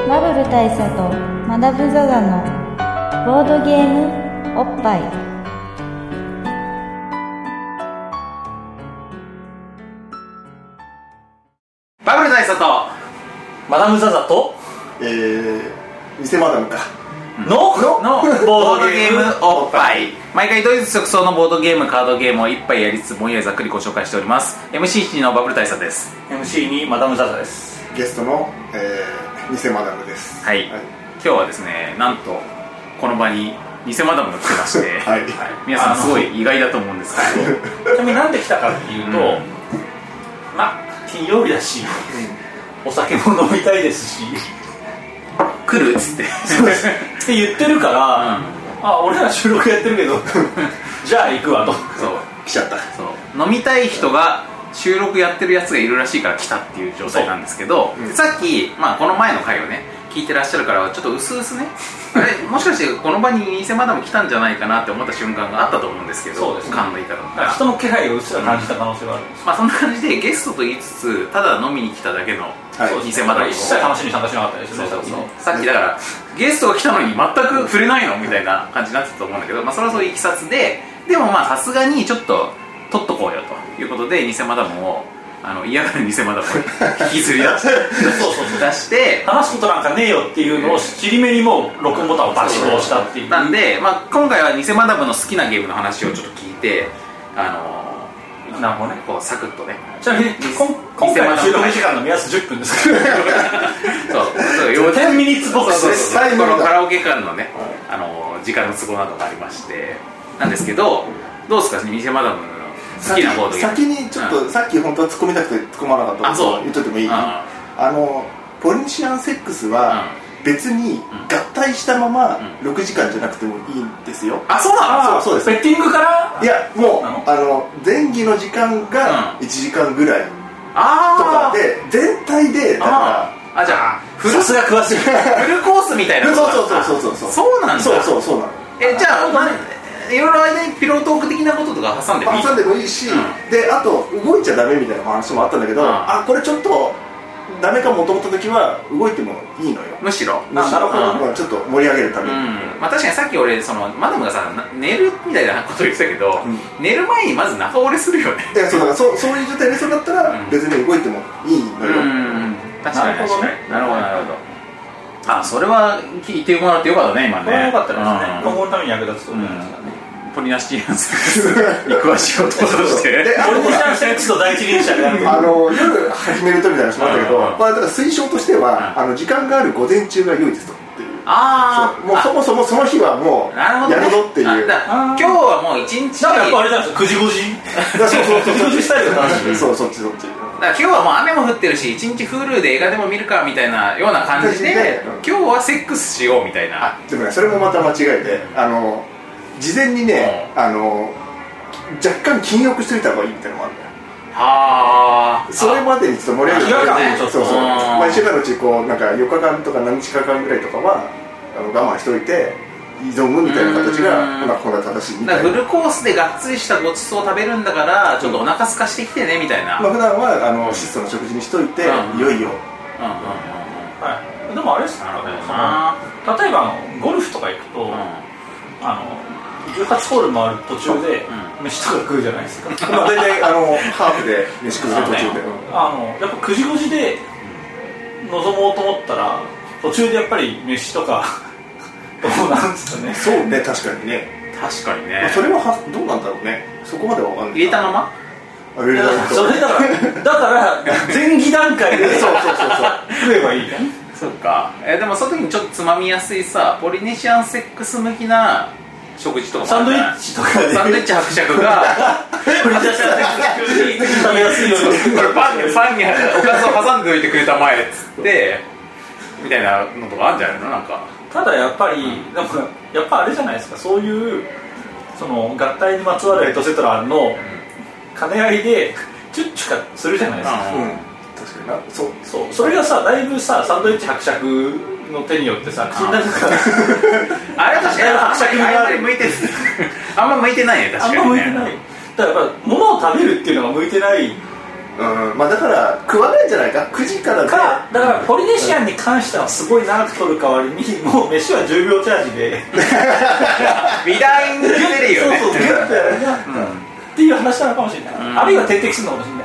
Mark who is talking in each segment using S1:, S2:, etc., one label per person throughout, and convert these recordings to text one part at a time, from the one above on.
S1: 大佐とマダム・ザ・ザのボードゲームおっぱい
S2: バブル大佐と
S3: マダム・ザ・ザと
S4: えー、偽マダムか
S3: の
S2: のボードゲームおっぱい 毎回ドイツ即走のボードゲームカードゲームを一杯やりつつぼんやりざっくりご紹介しております MC1 のバブル大佐です
S3: MC にマダム・ザ・ザです
S4: ゲストの、えー、偽マダムです
S2: はい、今日はですねなんとこの場に偽マダムが来てまして、
S4: はい
S2: 皆さんすごい意外だと思うんですけど
S3: ちなみになんで来たかっていうと、
S2: うん
S3: まあ金曜日だし、お酒も飲みたいです し
S2: 来るっつって
S3: って言ってるから、あ俺ら収録やって るけどじゃあ行くわと
S2: そう
S4: 来ちゃった
S2: そう飲みたい人が収録やってるやつがいるらしいから来たっていう状態なんですけど、
S4: うん
S2: さっき、まあ、この前の回をね聞いてらっしゃるからちょっと薄々ねあれもしかしてこの場に偽マダム来たんじゃないかなって思った瞬間があったと思うんですけど
S3: そうですね
S2: 勘のいい方だった
S3: なんから人の気配をうっすら感じた可能性があるんですよ、
S2: まあそんな感じでゲストと言いつつただ飲みに来ただけの、
S4: はい
S3: そうです
S2: 偽
S3: ね
S2: マダム
S3: 一切話に参加しなかったです
S2: そ
S3: ね
S2: うそうそう
S3: さっきね
S2: さっきだからゲストが来たのに全く触れないのみたいな感じになってたと思うんだけど、まあ、それはそういういきさつででもまあさすがにちょっと取っとこうよということで偽マダムをあの嫌がる偽マダムを引きずり出して
S3: そうそうそう
S2: 出して
S3: 話すことなんかねえよっていうのをちりめにもう録音ボタンをバチッと押したっていう
S2: なんで、まあ、今回は偽マダムの好きなゲームの話をちょっと聞いてあの
S3: なるほどね
S2: こうサクッとね
S3: ちなみにこん今回の収録時間の目安10分で すけど
S2: そうそう要
S3: 10ミニッツボックス
S2: そう
S3: で
S2: そ
S3: す
S2: うそう
S4: 絶対無理
S2: こ
S4: だ
S2: のカラオケ館のね、あの時間の都合などがありましてなんですけどどうですか偽マダムの好きなボードゲーム
S4: 先にちょっと、さっき本当は突っ込みたくて突っ込まなかった
S2: あそう
S4: 言っといてもいい、
S2: うん
S4: あのポリネシアンセックスは、別に合体したまま6時間じゃなくてもいいんですよ、
S2: あそうなの
S3: ああ
S4: そうそうです
S3: ベッティングから
S4: いやもう
S3: なの
S4: あの前儀の時間が
S2: う
S4: 1時間ぐらいと
S2: あ
S4: か
S2: ー
S4: で、全体でだ
S2: あ
S4: か
S2: ーあじゃあフル
S3: さすが詳しい
S2: フルコースみたいなことだ
S4: そうそうそうそうそう
S2: そうなん
S4: ら
S2: だ
S4: そうそうそうなの
S2: えじゃあ、まいろいろ間にピロートーク的なこととか挟んでもいい
S4: 挟んでもいいし、
S2: うん
S4: であと動いちゃダメみたいな話もあったんだけど、
S2: うん
S4: あこれちょっとダメかもと思った時は動いてもいいのよ
S2: むしろ
S3: なるほど
S4: まあちょっと盛り上げるた
S2: う
S4: め
S2: ん
S4: に、
S2: まあ、確かにさっき俺そのマダムがさな寝るみたいなこと言ってたけど、
S4: うん
S2: 寝る前にまず仲折れするよね
S4: いやそうだからそうそういう状態でそうだった
S2: うん
S4: ら別に動いてもいいのよ、
S2: うん確かに
S3: なるほ
S2: 確
S3: どね
S2: かになるほどなるほどあそれは聞いてもらってよかったね今ね
S3: これは良かったですね
S2: うん
S3: 今後のために役立つと思いますからね
S2: ポリナシティアンスに詳しい男として
S4: であ
S3: ポ
S4: と
S3: リ
S4: ほ
S3: ネシ
S4: ら
S3: アンセックスの第一人者である と
S4: あの夜始めるとみたいな話もあったけど、
S2: うんうんうん
S4: まあ、だから推奨としては、
S2: うん
S4: あの時間がある午前中が良いですとっていう
S2: あ
S4: そ
S2: ー
S4: うもうそもそもその日はも
S2: あなるほ
S4: う
S2: ど、
S4: や
S2: ね、
S4: るぞっていう
S2: あだから今日はもう一日
S3: なんかやっぱあ
S2: だ
S3: れじゃないですか9時
S4: だからそうそう そう
S3: 5時9時スタイルの話
S4: そうそうそっちそっち
S2: から今日はもう雨も降ってるし一日 Hulu で映画でも見るかみたいなような感じで
S4: 感じでうん
S2: 今日はセックスしようみたいな
S4: でもねそれもまた間違えてあの事前にね、あの若干禁欲しておいた方がいいみたいなのもあるんだよ
S2: はー
S4: それまでにちょっと盛り上げて
S3: あ
S4: くれ
S3: 違うか
S4: そうそう
S2: うん
S4: まあ1週間のうちこうなんか4日間とか何日か間ぐらいとかはあの我慢しておいて挑むみたいな形
S2: うん
S4: がまあこれは正しいみ
S2: だ
S4: た
S2: か
S4: い
S2: らフ
S4: な
S2: ルコースでがっつりしたごちそうを食べるんだからちょっとお腹空かしてきてねみたいな、
S4: まあ普段はあの質素な食事にしといて
S2: うん
S4: いよいよ
S2: うんうんうん
S3: はいでもあれです
S2: な
S3: か
S2: るほど
S3: らね
S2: な
S3: その例えばあのゴルフとか行くと、あの18ホール回る途中で
S2: う
S3: 飯とか食うじゃないですか
S4: まあ大体あのハーフで飯食う途中で
S2: そう
S4: うん
S3: あのやっぱ9時5時で臨もうと思ったら途中でやっぱり飯とか どうなんです かね
S4: そうね確かにね
S2: 確かに
S4: ま
S2: ね
S4: あそれははどうなんだろうねそこまでは分かんない
S2: 入れたまま
S4: あ入れた まま
S3: それだからだから前期段階で
S4: そうそうそうそう
S3: 食えばいいかね
S2: そっか、えーでもその時にちょっとつまみやすいさポリネシアンセックス向きな食事とかもあ
S3: サン
S2: る
S3: ドイ
S2: じゃない
S3: ッチとかで
S2: サンドイッチ伯爵 がポリネシアンセックス
S3: 食べやすいように
S2: 向きにこれパンにパンにおかずを挟んでおいてくれたまえっつってみたいなのとかあるんじゃないのなんか
S3: ただやっぱりなんかやっぱあれじゃないですかそういうその合体にまつわるエトセトラの兼ね合いでチュッチュかするじゃないですか、
S2: うん
S4: 確かになそう
S3: そうそれがさだいぶさサンドイッチ伯爵の手によってさ口の中 から
S2: あれ確かに
S3: 伯爵が
S2: あんまり向いてあんま向いてないね確
S3: あ
S2: か
S3: ん
S2: に、ね、
S3: ま向いてないだからやっぱ物を食べるっていうのが向いてない
S4: うんまあだから食わないんじゃないか9時からで
S3: かだからポリネシアンに関してはすごい長く取る代わりにもう飯は10秒チャージで
S2: 美大に出るよね
S3: そうそうギュッとやるなっていう話なのかもしれない、
S2: うん
S3: あるいは徹底するのかもしれな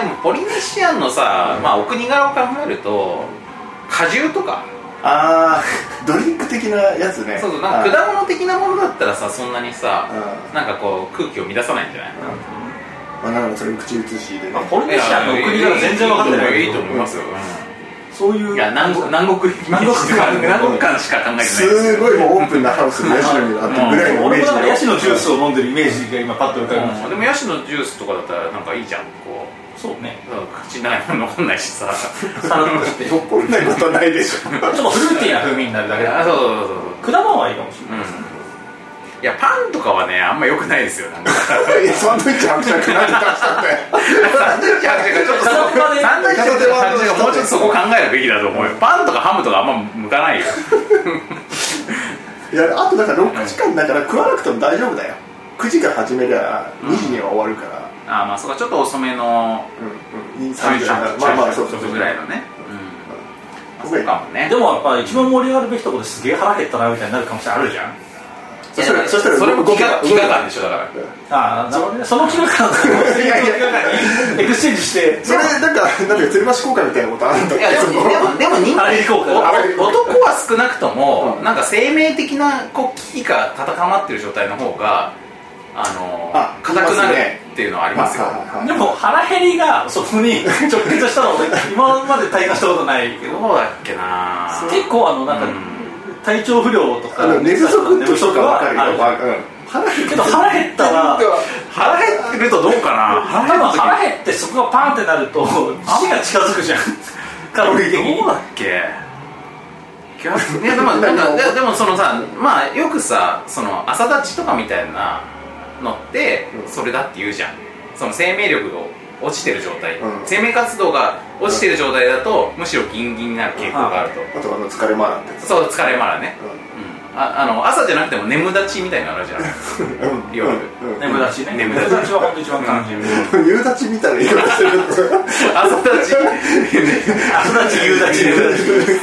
S3: い
S2: でもポリネシアンのさ、まあ、お国柄を考えると果汁とか
S4: ああドリンク的なやつね
S2: そうそうなんか果物的なものだったらさそんなにさ
S4: う
S2: なんかこう空気を乱さないんじゃない
S4: あなんかそれ口移しでね
S3: まあポリネシアンの国柄全然分かってない
S2: い
S3: け
S2: や
S3: ど
S2: いいと思いますよ、
S3: そういう
S2: い
S3: い
S2: や南国南国
S3: 南国感
S2: 南国感しか考えてないですよ
S4: すごいもうオープンなハウスのヤシの実があってぐらいのイメ
S3: 俺
S4: ージ
S3: もなん
S4: だ
S3: か
S4: よ
S3: ヤシのジュースを飲んでるイメージが今パッと浮かびまし
S2: うんでもヤシのジュースとかだったらなんかいいじゃんこう
S3: たそうね
S2: なんか口の中にも残んないしさあ
S3: サラッとしてちょっ
S4: 怒んないことはないでしょ
S3: とフルーティーな風味になるだけだ
S2: そうそうそうそう
S3: 果物はいいかもしれ
S2: うん
S3: ない、
S2: いやパンとかはねあんま良くないですよなんかサン
S4: いやサンドイッチ伯爵なんで出したんだよ
S2: ドイッチ伯爵がちょっとそこサンドイッチ伯爵がもうちょっとそこ考えるべきだと思うよパンとかハムとかあんま向かないよ
S4: いやあとだから6時間だから食わなくても大丈夫だよ9時から始めりゃ2時には終わるから
S2: あーまあそうかちょっと遅めの
S4: うんうん3時からまあまあそうそうそう
S2: ぐらいのねうんあそうかもね
S3: でもやっぱ一番盛り上がるべきところですげえ腹減ったなみたいになるかもしれないあるじゃん
S4: そしたらそしたら
S2: それも
S4: 動
S2: 気
S4: けば
S2: が気が感でしょだから
S3: ああなるほどねその気分感を
S4: いやいや
S3: エクスチェンジして
S4: それなんかなんか吊り橋効果みたいなことあるんだ
S2: いやでもでもでも人
S3: あれ行こうか
S2: おお男は少なくとも、
S4: うん
S2: なんか生命的なこう危機が戦まってる状態の方があの
S4: あ
S2: 硬くな
S4: 言います
S2: る
S4: ね
S2: っていうのはありますよ、
S3: でも腹減りがそこに 直結したのは俺今まで体感したことないけど
S2: どうだっけな
S4: そう
S3: 結構あのなんか、
S2: うん
S3: 体調不良と
S4: あ
S3: か
S4: の寝不足の
S3: 寝
S4: 時
S3: 不
S4: と
S3: 足
S4: か
S3: は
S4: わかるよ
S3: ある
S4: わかるうん腹減っ
S3: けど腹減っ たら
S2: 腹減ってるとどうかな
S3: 多
S2: 腹
S3: 分
S2: 減っ
S3: 腹減ってそこがパンってなると死が近づくじゃんカロリー
S2: て
S3: 的
S2: る時どうだっ
S3: に
S2: け気がいやでもなんかででもそのさまあよくさその朝立ちとかみたいなのって
S4: うん
S2: それだって言うじゃんその生命力が落ちてる状態、
S4: うん
S2: 生命活動が落ちてる状態だとむしろギンギンになる傾向があると、
S4: あとあの疲れ回らって
S2: そう疲れまらね、
S4: う
S2: うんああの朝じゃなくても眠立ちみたいなのあるじゃん
S4: んうん
S2: 夜
S4: うんうん
S3: 眠立ちね
S2: 眠立ち
S3: 立ちは本当一番感じる
S4: 夕立ちみたいな言い方してる
S2: 朝立ち
S3: 朝立ち夕立ち眠立ち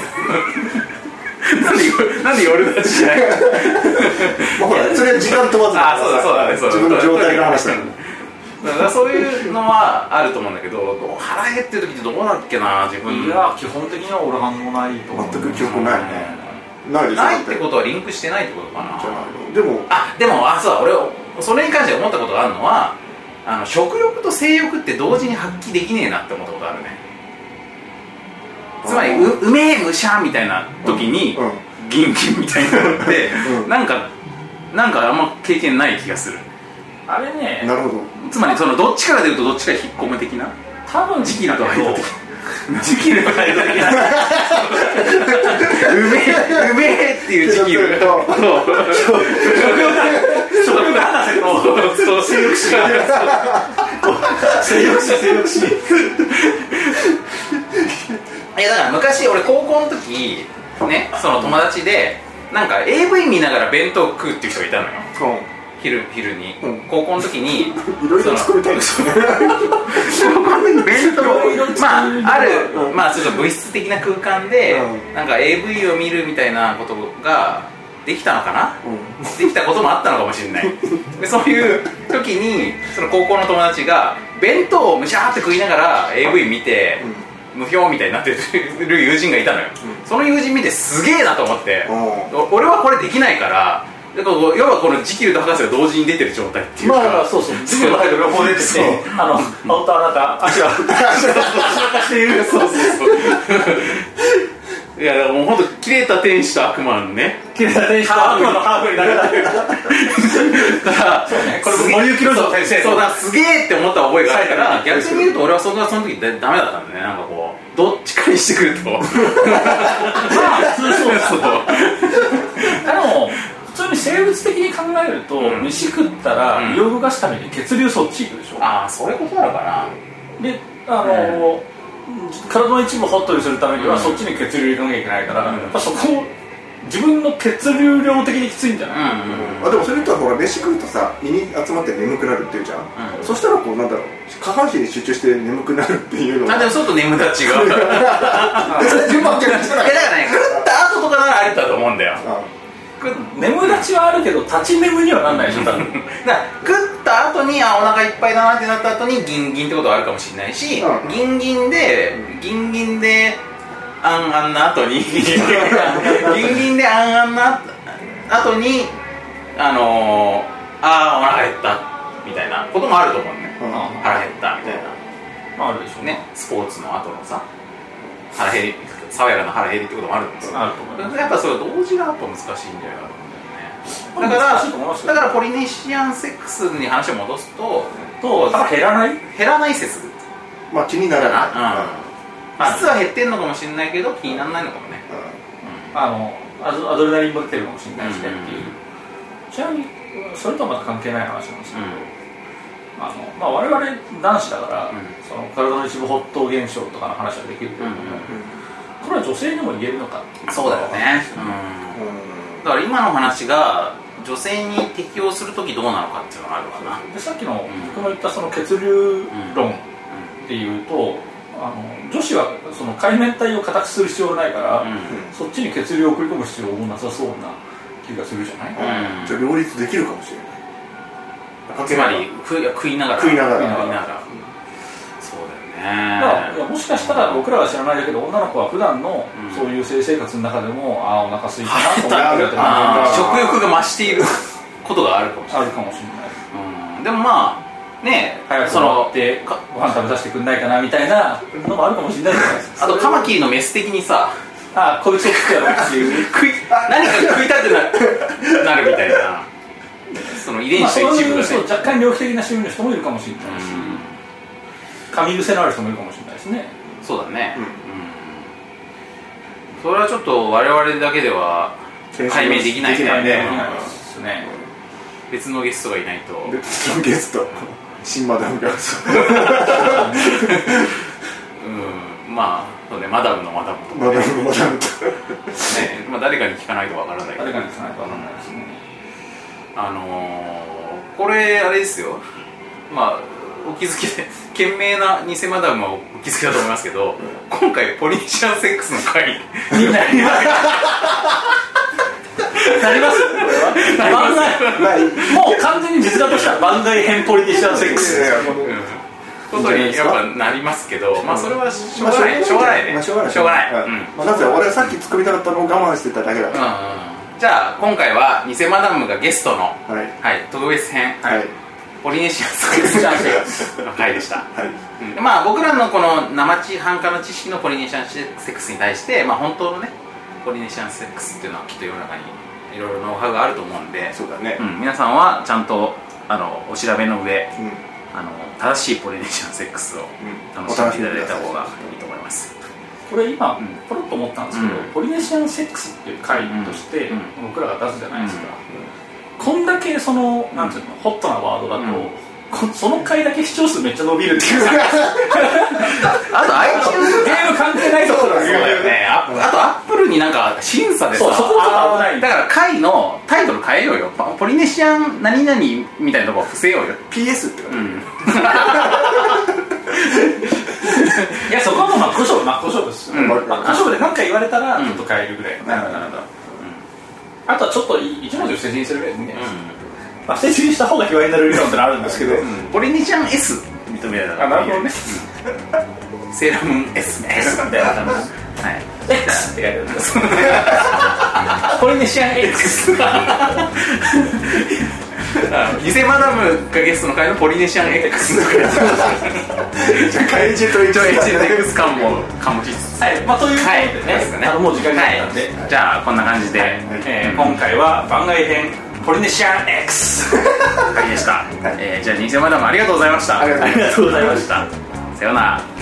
S2: なんで夜なんで夜立ちじゃない
S4: まあほらそれは時間飛ばず
S2: あそうだそうだねそうだ
S4: 自分の状態の話だ
S2: うんだからそういうのはあると思うんだけど腹減ってる時ってどうだっけな自分
S3: いや基本的には俺反応ないと思う
S4: 全く記憶ないねないでしょ
S2: ないって
S4: と
S2: ことはリンクしてないってことかな
S4: でも
S2: あでもあそうだ俺それに関して思ったことがあるのはあの食欲と性欲って同時に発揮できねえなって思ったことあるねつまり
S4: あー
S2: ううめえむしゃーみたいな時に、
S4: うん
S2: ギンギンみたいなのって、
S4: うん
S2: なんかなんかあんま経験ない気がする
S3: あれね
S4: なるほ ど
S2: つまりそのどっちから出るとどっちか引っ込む的な
S3: 多分
S2: 時期だと
S3: けど
S2: 間的時期の間的なうめえうめえっていう時期
S4: ちょっと
S3: 食欲話せど
S2: そう性欲しか
S3: 性欲し性欲し
S2: いやだから昔俺高校の時ねその友達でなんか AV 見ながら弁当食うっていう人がいたのよ昼昼に、
S4: うん
S2: 高校の時に
S4: いろいろ作りたい ですよね
S2: 弁 当
S3: いろいろ
S2: まあある、
S4: うん
S2: まあちょっと物質的な空間で、
S4: うん
S2: なんか AV を見るみたいなことができたのかな、できたこともあったのかもしれないでそういう時にその高校の友達が弁当をむしゃーって食いながら AV 見て、無表みたいになってる友人がいたのよ、
S4: う
S2: その友人見てすげえなと思って、
S4: う
S2: お俺はこれできないからだからこう要はこのジキルと博士が同時に出てる状態っていうか、
S3: まあまあそうそう次の中で両方出て
S2: そう
S3: てあの本当あなた足は足は化している
S2: そうそうそういやだからもう本当切れた天使と悪魔のね
S3: 綺麗な天使と悪魔のハーフになる
S2: だから
S3: ねこれ森幸之丞先生の
S2: そうだすげえって思った覚えがあるか
S3: は
S2: ら
S3: い
S2: 逆に言うと俺はそんなその時だダメだったんだねなんかこうどっちかにしてくるとまあ普通そうそう
S3: でも普通に生物的に考えると、
S2: うん
S3: 飯食ったら
S2: うん
S3: 胃を動かすために血流そっち行くでしょ
S2: ああそういうことなのかな
S3: であのー体の一部をホットにするためには、そっちに血流行かなきゃいけないから、
S2: うん
S3: やっぱそこ自分の血流量的にきついんじゃ
S2: う
S3: ない、
S2: んうんうん
S4: あでもそれ言ったらほら飯食うとさ胃に集まって眠くなるっていうじゃん、
S2: うん
S4: そしたらこうなんだろう下半身に集中して眠くなるっていうの
S2: あでも外眠た ちがいやだ
S4: で それ順番逆にして
S2: から
S4: ない
S2: ね食った後とかならあれだと思うんだよ
S4: あ
S2: 食っ
S3: 眠立ちはあるけど立ち眠にはなんないでしょ多分
S2: だから食った後にあお腹いっぱいだなってなった後にギンギンってことはあるかもしれないし、
S4: うん
S2: ギンギンでギンギンであんあんな 後にギンギンであんあんな後にあのー、ああお腹減ったみたいなこともあると思うね
S4: うん
S3: あ
S2: 腹減ったみたい
S3: まああるでしょ
S2: な
S3: う
S2: ねスポーツの後のさ腹減り爽やかな腹減りってこともあるんですよ
S3: あると思います
S2: やっぱそれ同時がやっぱ難しいんじゃないかと思うんだよねだ
S3: 難しいと思います
S2: か
S3: よ
S2: らだからポリネシアンセックスに話を戻すと
S3: とだから減らない
S2: 減らない説
S4: まあ気にならない、
S3: はい
S2: 実は減ってんのかもしれないけど気にならないのかもね
S4: うん
S3: あのアドアドレナリンも出てるかもしれないしねってい
S2: う
S3: う、
S2: ん
S3: ちなみにそれとはまた関係ない話なんですけど、あのまあ、我々男子だから、
S2: うん
S3: その体の一部発動現象とかの話はできるけ
S2: う
S3: れども、
S2: んうん
S3: これは女性にも言えるのか
S2: そうだよね、うんだから今の話が女性に適応する時どうなのかっていうのがあるわな
S3: でさっきの
S2: ん
S3: 僕の言ったその血流論っていうと、あの女子はその海綿体を硬くする必要がないから、
S2: うん
S3: そっちに血流を送り込む必要もなさそうな気がするじゃない、
S2: うん
S4: じゃあ両立できるかもしれない関係
S2: つ
S4: な
S2: ま
S4: い
S2: り食い食いながら
S4: 食いながら
S2: 食いながらそう
S3: だからい
S2: だよ
S3: や
S2: ね
S3: もしかしたら僕らは知らないだけど女の子は普段の
S2: うん
S3: そういう性生活の中でも、ああお腹空いたなと思ってるって
S2: あ
S4: ー
S2: ー食欲が増していることがあるかもしれない
S3: あるかもしれない
S2: うんでもまあね
S3: 早く
S2: そ
S3: 終わ
S2: の
S3: ってご飯食べさせてくんないかなみたいなのもあるかもしれないじゃないですか
S2: あとカマキリのメス的にさ
S3: あこいつを食ってやろうっていう
S2: 食い何か食いたくななるみたいなその遺伝
S3: まあ、
S2: 子
S3: そう
S2: の一部
S3: い
S2: が
S3: う
S2: ね
S3: そう若干猟奇的な趣味の人もいるかもしれないし、
S2: う
S3: 噛み癖のある人もいるかもしれないですね
S2: んそうだね
S4: うん
S2: うんそれはちょっと我々だけでは解明できない
S4: できないね
S2: うん
S3: ですね
S2: 別のゲストがいないと
S4: でゲスト新マダム が
S2: うんまあそうねマダムのマダムとか
S4: マダムマダムと
S2: ねまあ誰かに聞かないとわからないけど
S3: 誰かに聞かないとわかんないですね
S2: あのー、これあれですよまあお気づきで 賢明な偽マダムはお気づきだと思いますけど今回ポリネシアンセックスの会になります
S3: なります番外
S4: ない
S3: もう完全に実だとしたら番外編ポリティシャンセックスですよ
S2: ことにやっぱなりますけどまあそれはしょうがないしょうがないね
S4: まあしょうがない
S2: しょうがないうん、うん
S4: まあなぜ俺はさっき作りたかったのを我慢してただけだから
S2: じゃあ今回は偽マダムがゲストの、は
S4: はい
S2: い、特別編、
S4: はい
S2: ポリネシアンセックスの会でした
S4: はい
S2: うんまあ僕らのこの生地半化の知識のポリネシアンセックスに対して、まあ、本当のねポリネシアンセックスっていうのはきっと世の中にいろいろノウハウがあると思うんで
S4: そうだね
S2: うん、皆さんはちゃんとあのお調べの上
S4: うん
S2: あの正しいポリネシアンセックスを楽しんでいただいた方がいいと思います、
S3: これ今
S2: うん
S3: ポロッと思ったんですけ
S2: う
S3: ど、
S2: ん
S3: ポリネシアンセックスっていう回として
S2: うん
S3: 僕らが出すじゃないですか、こんだけそのなんていうの、ホットなワードだと、
S2: うん
S3: こその回だけ視聴数めっちゃ伸びるって いう
S2: あと iTunes
S3: ゲーム関係ないところが
S2: そうだよねああとアップルになんか審査でさ
S3: そうそこちょっと危な
S2: あ
S3: い
S2: ーだから回のタイトル変えようよポポリネシアン何々みたいなとこ伏せようよ
S4: PS ってこ
S2: う
S4: と
S2: ん
S3: いやそこはもう真っ向勝負真っ向勝負ですよ、
S2: うん
S3: 真っ向勝負で何か言われたらちょっと変えるぐらい、
S4: なるほど
S3: あとはちょっとい一文字を成人するぐらいでね、まあ、成人した方が卑猥になる理論ってのあるんですけど、
S2: うんポリネシアン S 認められたら
S3: あなるほどね
S2: うんセーラームーン S みたいなはい
S3: X って書いてあるんです ポリネシアン X
S2: 偽マダムがゲストの回のポリネシアン X と
S4: じゃあ怪獣と一
S2: 一
S4: 応
S2: 応
S4: エ
S2: HNX 感も醸しつつ
S3: はい、まあ、ということ
S2: はい
S3: でね、あのもう時間になったんで、
S2: はいじゃあこんな感じで、
S3: えー今回は番外編ポリネシアン X
S2: 終わりでした、えーじゃあ偽マダムありがとうございました
S4: ありがとうございま
S2: ありが
S4: した
S2: とうございましたさようなら